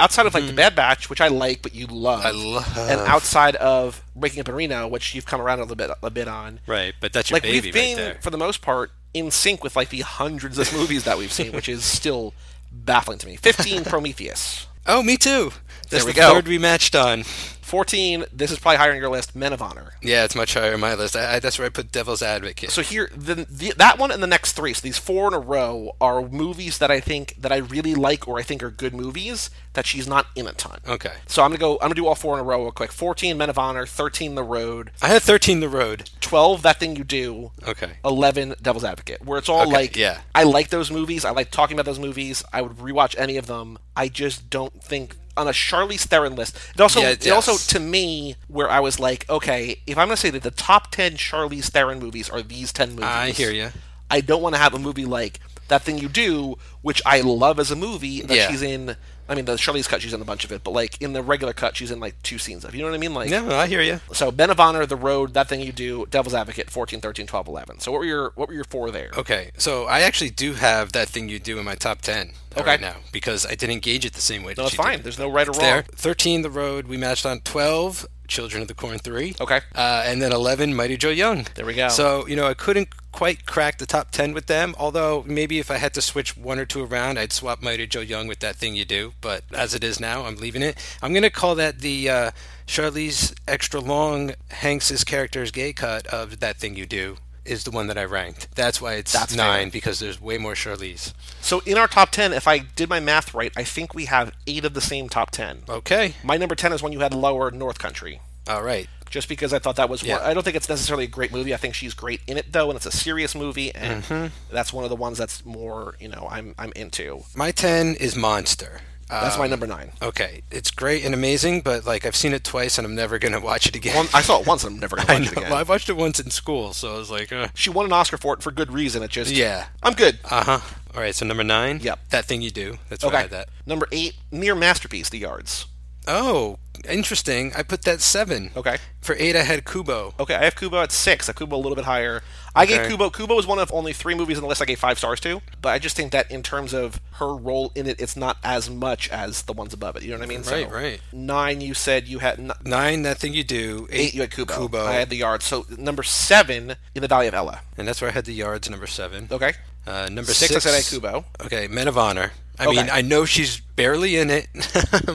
[SPEAKER 2] outside of like the Bad Batch, which I like, but you love.
[SPEAKER 1] Mm. I love-
[SPEAKER 2] and outside of Breaking Up in Reno, which you've come around a little bit a bit on.
[SPEAKER 1] Right, but that's your
[SPEAKER 2] Like
[SPEAKER 1] baby
[SPEAKER 2] we've been,
[SPEAKER 1] right there.
[SPEAKER 2] for the most part, in sync with like the hundreds of movies that we've seen, which is still baffling to
[SPEAKER 1] [LAUGHS]
[SPEAKER 2] me. Fifteen Prometheus.
[SPEAKER 1] Oh, me too. That's
[SPEAKER 2] There we
[SPEAKER 1] the
[SPEAKER 2] go.
[SPEAKER 1] third we matched on.
[SPEAKER 2] Fourteen. This is probably higher on your list. Men of Honor.
[SPEAKER 1] Yeah, it's much higher on my list. I, I, that's where I put Devil's Advocate.
[SPEAKER 2] So here, the, the, that one and the next three, so these four in a row, are movies that I think that I really like or I think are good movies that she's not in a ton.
[SPEAKER 1] okay.
[SPEAKER 2] So I'm gonna go. I'm gonna do all four in a row real quick. 14 Men of Honor, 13 The Road,
[SPEAKER 1] I had 13 The Road.
[SPEAKER 2] 12 That Thing You Do,
[SPEAKER 1] Okay.
[SPEAKER 2] 11 Devil's Advocate, where it's all like,
[SPEAKER 1] yeah.
[SPEAKER 2] I like those movies. I like talking about those movies. I would rewatch any of them. I just don't think on a Charlize Theron list. It also,
[SPEAKER 1] Yeah,
[SPEAKER 2] it also
[SPEAKER 1] yes.
[SPEAKER 2] to me where I was like, okay, if I'm gonna say that the top 10 Charlize Theron movies are these 10 movies,
[SPEAKER 1] I hear ya.
[SPEAKER 2] I don't want to have a movie like that thing you do, which I love as a movie that
[SPEAKER 1] Yeah.
[SPEAKER 2] she's in. I mean, the Shirley's cut, she's in a bunch of it, but like in the regular cut, she's in like two scenes of. You know what I mean? Like,
[SPEAKER 1] No, I hear you.
[SPEAKER 2] so Men of Honor, The Road, That Thing You Do, Devil's Advocate, 14, 13, 12, 11. So what were your what were your four there?
[SPEAKER 1] Okay, so I actually do have that thing you do in my top 10
[SPEAKER 2] Okay.
[SPEAKER 1] right now because I didn't gauge it the same way. that
[SPEAKER 2] no, it's
[SPEAKER 1] you did.
[SPEAKER 2] fine. There's no right or
[SPEAKER 1] It's
[SPEAKER 2] wrong.
[SPEAKER 1] there. 13, The Road. We matched on 12, Children of the Corn 3.
[SPEAKER 2] Okay.
[SPEAKER 1] Uh, and then 11, Mighty Joe Young.
[SPEAKER 2] There we go.
[SPEAKER 1] So, you know, I couldn't quite crack the top 10 with them, although maybe if I had to switch one or two around, I'd swap Mighty Joe Young with that thing you do. But as it is now, I'm leaving it. I'm going to call that the uh, Charlize extra long Hanks's character's gay cut of that thing you do. Is the one that I ranked. That's why it's
[SPEAKER 2] That's fair.
[SPEAKER 1] nine because there's way more Charlize.
[SPEAKER 2] So in our top 10, if I did my math right, I think we have eight of the same top 10.
[SPEAKER 1] Okay,
[SPEAKER 2] My number 10 is one you had lower, North Country.
[SPEAKER 1] all right.
[SPEAKER 2] just because I thought that was one.
[SPEAKER 1] Yeah.
[SPEAKER 2] I don't think it's necessarily a great movie. I think she's great in it though, and it's a serious movie, and
[SPEAKER 1] Mm-hmm.
[SPEAKER 2] that's one of the ones that's more you know I'm I'm into.
[SPEAKER 1] My ten is Monster.
[SPEAKER 2] That's
[SPEAKER 1] Um,
[SPEAKER 2] my number nine.
[SPEAKER 1] Okay, it's great and amazing, but like I've seen it twice and I'm never gonna watch it again.
[SPEAKER 2] One, I saw it once, and I'm never
[SPEAKER 1] [LAUGHS]
[SPEAKER 2] gonna
[SPEAKER 1] I
[SPEAKER 2] watch
[SPEAKER 1] know.
[SPEAKER 2] it again.
[SPEAKER 1] I watched it once in school, so I was like, uh
[SPEAKER 2] She won an Oscar for it for good reason. It just
[SPEAKER 1] yeah,
[SPEAKER 2] I'm good.
[SPEAKER 1] uh huh. All right, so number nine.
[SPEAKER 2] Yep.
[SPEAKER 1] That thing you do. That's why I
[SPEAKER 2] Okay,
[SPEAKER 1] had that.
[SPEAKER 2] number eight, near masterpiece, The Yards.
[SPEAKER 1] Oh, interesting. I put that seven.
[SPEAKER 2] Okay. Oh.
[SPEAKER 1] For eight, I had Kubo.
[SPEAKER 2] Okay, I have Kubo at six. I have Kubo a little bit higher. I gave
[SPEAKER 1] Okay.
[SPEAKER 2] Kubo. Kubo is one of only three movies on the list I gave five stars to, but I just think that in terms of her role in it, it's not as much as the ones above it. You know what I mean?
[SPEAKER 1] Right, right.
[SPEAKER 2] Nine, you said you had. n-
[SPEAKER 1] Nine, that thing you do.
[SPEAKER 2] eight,
[SPEAKER 1] Eight,
[SPEAKER 2] you had Kubo.
[SPEAKER 1] Kubo.
[SPEAKER 2] I had the yard. So number seven in the Valley of Ella.
[SPEAKER 1] and that's where I had the yards. Number seven.
[SPEAKER 2] Okay.
[SPEAKER 1] Uh, number
[SPEAKER 2] Six,
[SPEAKER 1] six,
[SPEAKER 2] I said Kubo.
[SPEAKER 1] Okay, Men of Honor. I
[SPEAKER 2] Okay.
[SPEAKER 1] mean, I know she's barely in it, [LAUGHS]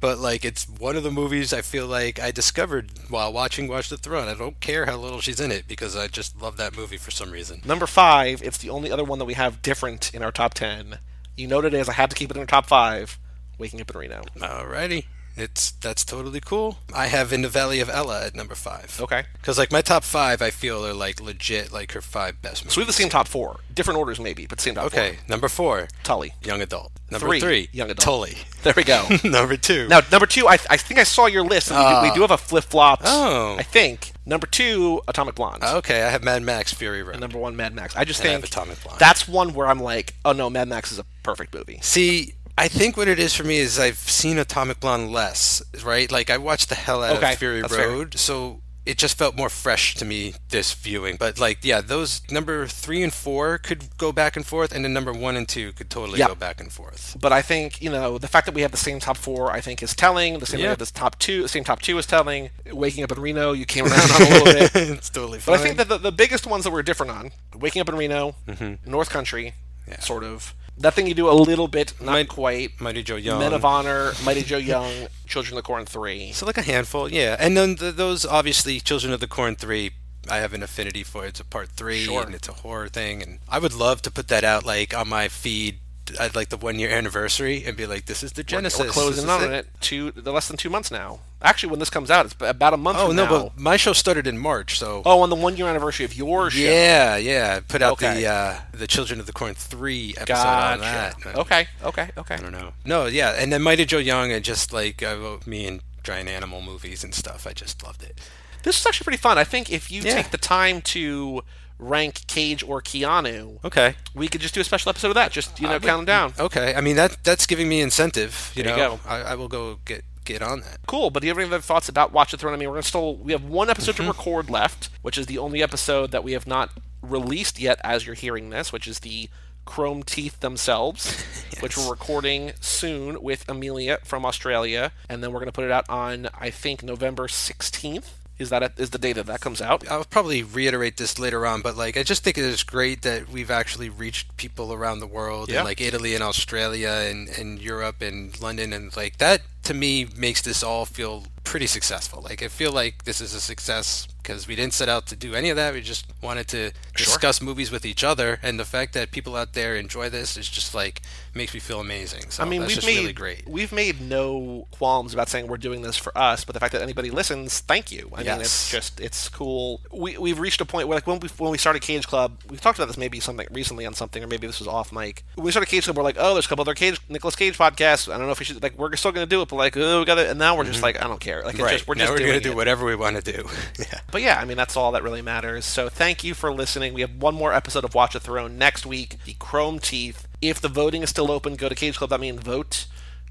[SPEAKER 1] but like it's one of the movies I feel like I discovered while watching Watch the Throne. I don't care how little she's in it because I just love that movie for some reason.
[SPEAKER 2] Number five, it's the only other one that we have different in our top ten. You know today is I had to keep it in the top five. Waking up in Reno.
[SPEAKER 1] Alrighty. It's that's totally cool. I have in the Valley of Ella at number five.
[SPEAKER 2] Okay.
[SPEAKER 1] Because like my top five, I feel are like legit, like her five best movies.
[SPEAKER 2] So we have the same top four, different orders maybe, but same top four.
[SPEAKER 1] Okay, number four,
[SPEAKER 2] Tully.
[SPEAKER 1] young adult. Number
[SPEAKER 2] Three,
[SPEAKER 1] three,
[SPEAKER 2] young adult.
[SPEAKER 1] Tully. [LAUGHS]
[SPEAKER 2] There we go.
[SPEAKER 1] number two,
[SPEAKER 2] now number two, I, I think I saw your list. And we, do, we do have a flip flop.
[SPEAKER 1] Ah. Oh.
[SPEAKER 2] I think number two, Atomic Blonde.
[SPEAKER 1] okay, I have Mad Max Fury Road.
[SPEAKER 2] And number one, Mad Max. I just
[SPEAKER 1] And I
[SPEAKER 2] think
[SPEAKER 1] have Atomic Blonde.
[SPEAKER 2] that's one where I'm like, oh no, Mad Max is a perfect movie.
[SPEAKER 1] See, I think what it is for me is I've seen Atomic Blonde less, right? Like I watched the hell out
[SPEAKER 2] Okay,
[SPEAKER 1] of Fury
[SPEAKER 2] that's fair.
[SPEAKER 1] Road, so it just felt more fresh to me this viewing. But like, yeah, those number three and four could go back and forth, and then number one and two could totally
[SPEAKER 2] Yeah.
[SPEAKER 1] go back and forth. [LAUGHS]
[SPEAKER 2] But I think you know the fact that we have the same top four, I think is telling. The same
[SPEAKER 1] Yeah.
[SPEAKER 2] way this top two, same top two is telling. Waking up in Reno,
[SPEAKER 1] [LAUGHS]
[SPEAKER 2] you came around on a little bit.
[SPEAKER 1] it's totally fine.
[SPEAKER 2] But I think that the, the biggest ones that we're different on, waking up in Reno,
[SPEAKER 1] Mm-hmm.
[SPEAKER 2] North Country, sort of. That thing you do a little bit, not quite.
[SPEAKER 1] Mighty Joe Young.
[SPEAKER 2] Men of Honor, Mighty Joe Young, Children of the Corn 3.
[SPEAKER 1] So like a handful, yeah. And then th those obviously, Children of the Corn three. I have an affinity for it's a part three,
[SPEAKER 2] Sure.
[SPEAKER 1] and it's a horror thing, and I would love to put that out like on my feed, at like the one year anniversary, and be like, "This is the Genesis."
[SPEAKER 2] We're closing
[SPEAKER 1] this is
[SPEAKER 2] on it. Two, the less than two months now. Actually, when this comes out, it's b- about a month
[SPEAKER 1] Oh
[SPEAKER 2] from
[SPEAKER 1] no,
[SPEAKER 2] now.
[SPEAKER 1] but my show started in March, so
[SPEAKER 2] oh, on the one year anniversary of your show.
[SPEAKER 1] yeah, yeah. I Put out
[SPEAKER 2] Okay.
[SPEAKER 1] the uh, the Children of the Corn three episode on
[SPEAKER 2] Gotcha.
[SPEAKER 1] that.
[SPEAKER 2] Okay, okay, okay.
[SPEAKER 1] I don't know. No, yeah, and then Mighty Joe Young and just like uh, me and giant animal movies and stuff. I just loved it.
[SPEAKER 2] This is actually pretty fun. I think if you
[SPEAKER 1] Yeah.
[SPEAKER 2] take the time to rank Cage or Keanu,
[SPEAKER 1] Okay.
[SPEAKER 2] we could just do a special episode of that. Just, you know, count them down.
[SPEAKER 1] Okay, I mean that that's giving me incentive. You
[SPEAKER 2] There you
[SPEAKER 1] know,
[SPEAKER 2] go.
[SPEAKER 1] I, I will go get get on that.
[SPEAKER 2] cool. But do you have any other thoughts about Watch the Throne? I mean, we're gonna still we have one episode to record left, which is the only episode that we have not released yet as you're hearing this, which is the Chrome Teeth themselves, which we're recording soon with Amelia from Australia, and then we're gonna put it out on I think November 16th. Is that a, is the day that that comes out?
[SPEAKER 1] I'll probably reiterate this later on, but like I just think it is great that we've actually reached people around the world,
[SPEAKER 2] Yeah.
[SPEAKER 1] and like Italy and Australia and and Europe and London, and like that to me makes this all feel pretty successful. Like I feel like this is a success because we didn't set out to do any of that. We just wanted to discuss movies with each other, and the fact that people out there enjoy this is just like makes me feel amazing. So
[SPEAKER 2] I mean,
[SPEAKER 1] that's
[SPEAKER 2] we've
[SPEAKER 1] just
[SPEAKER 2] made
[SPEAKER 1] really great.
[SPEAKER 2] we've made no qualms about saying we're doing this for us, but the fact that anybody listens, thank you. I mean,
[SPEAKER 1] Yes.
[SPEAKER 2] it's just it's cool. We we've reached a point where like when we when we started Cage Club, we've talked about this maybe something recently on something, or maybe this was off mic. When we started Cage Club, we're like, oh, there's a couple other Cage Nicholas Cage podcasts. I don't know if we should like we're still going to do it, but like oh, we got it. And now we're just like I don't care. Like it's
[SPEAKER 1] Mm-hmm. Right
[SPEAKER 2] just, we're
[SPEAKER 1] now
[SPEAKER 2] just
[SPEAKER 1] we're
[SPEAKER 2] doing
[SPEAKER 1] gonna
[SPEAKER 2] it.
[SPEAKER 1] do whatever we want to do. [LAUGHS] yeah.
[SPEAKER 2] But yeah, I mean that's all that really matters. So thank you for listening. We have one more episode of Watch a Throne next week. The Chrome Teeth. If the voting is still open, go to Cage Club. I mean vote.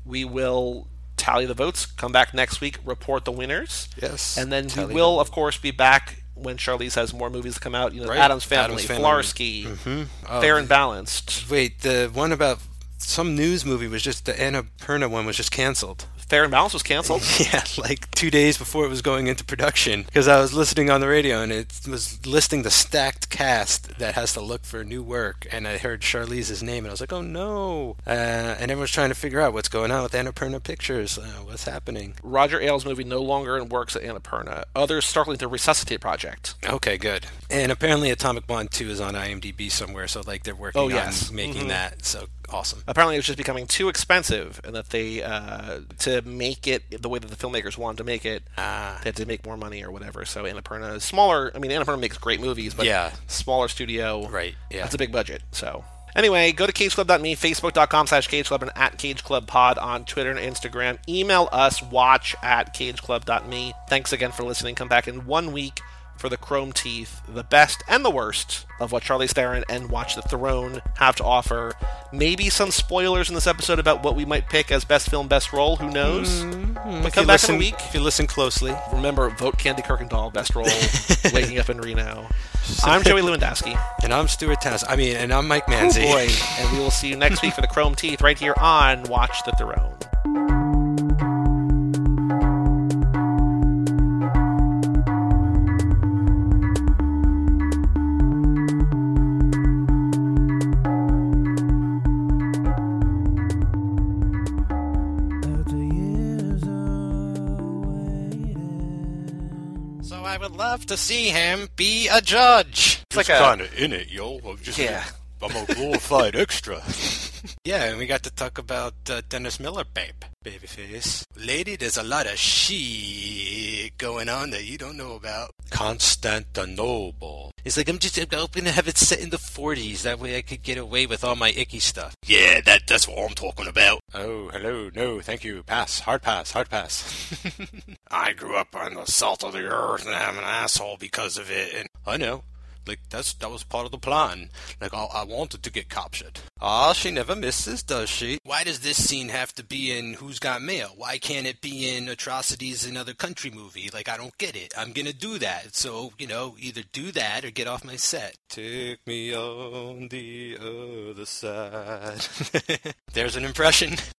[SPEAKER 2] We will tally the votes. Come back next week. Report the winners.
[SPEAKER 1] Yes,
[SPEAKER 2] And then we
[SPEAKER 1] tally
[SPEAKER 2] will, of course, be back when Charlize has more movies to come out. You know,
[SPEAKER 1] Right.
[SPEAKER 2] Adam's Family,
[SPEAKER 1] Addams Family. Mm-hmm. Oh.
[SPEAKER 2] Flarsky, Fair and Balanced.
[SPEAKER 1] Wait, the one about some news movie was just the Annapurna one was just canceled.
[SPEAKER 2] Fair and Balanced was canceled.
[SPEAKER 1] [LAUGHS] Yeah, [LAUGHS] like two days before it was going into production because I was listening on the radio and it was listing the stacked cast that has to look for new work, and I heard Charlize's name and I was like, oh no! Uh, and everyone's trying to figure out what's going on with Annapurna Pictures, uh, what's happening.
[SPEAKER 2] Roger Ailes' movie no longer in works at Annapurna. Others startling to resuscitate project.
[SPEAKER 1] Okay, good. And apparently, Atomic Blonde Two is on IMDb somewhere, so like they're working
[SPEAKER 2] Oh, yes.
[SPEAKER 1] on making that. So awesome.
[SPEAKER 2] apparently it was just becoming too expensive and that they uh, to make it the way that the filmmakers wanted to make it they had to make more money or whatever so annapurna is smaller i mean annapurna makes great movies but
[SPEAKER 1] Yeah.
[SPEAKER 2] smaller studio
[SPEAKER 1] Right, yeah.
[SPEAKER 2] that's a big budget so anyway go to cageclub.me facebook.com slash cageclub and at cageclubpod on twitter and instagram email us watch at cageclub.me thanks again for listening come back in one week for the Chrome Teeth, the best and the worst of what Charlie Theron and Watch the Throne have to offer. Maybe some spoilers in this episode about what we might pick as best film, best role. Who knows? But
[SPEAKER 1] If
[SPEAKER 2] come
[SPEAKER 1] you
[SPEAKER 2] back
[SPEAKER 1] listen-
[SPEAKER 2] in a week.
[SPEAKER 1] If you listen closely,
[SPEAKER 2] Remember, vote Candy Kirkendall
[SPEAKER 1] [LAUGHS]
[SPEAKER 2] best role. waking up in Reno. I'm Joey Lewandowski.
[SPEAKER 1] and I'm Stuart Tennis. I mean, and I'm Mike Manzi.
[SPEAKER 2] Oh,
[SPEAKER 1] [LAUGHS]
[SPEAKER 2] Boy, and we will see you next week for the Chrome Teeth right here on Watch the Throne.
[SPEAKER 1] So I would love to see him be a judge.
[SPEAKER 2] It's like
[SPEAKER 3] kind of in it, yo. I'm just
[SPEAKER 2] Yeah.
[SPEAKER 3] I'm a glorified extra.
[SPEAKER 1] [LAUGHS] Yeah, and we got to talk about uh, Dennis Miller, babe, babyface. Lady, there's a lot of she going on that you don't know about. Constantinople. It's like, I'm just I'm hoping to have it set in the 40s. That way I could get away with all my icky stuff.
[SPEAKER 3] Yeah, that that's what I'm talking about.
[SPEAKER 1] Oh, hello, no, thank you. Pass, hard pass, hard pass. [LAUGHS]
[SPEAKER 3] I grew up on the salt of the earth, and I'm an asshole because of it. And
[SPEAKER 1] I know. Like that's that was part of the plan. Like I, I wanted to get captured. Ah, she never misses, does she? Why does this scene have to be in Who's Got Mail? Why can't it be in Atrocities in Other Country movie? Like I don't get it. I'm gonna do that. So you know, either do that or get off my set. Take me on the other side. [LAUGHS] There's an impression. [LAUGHS]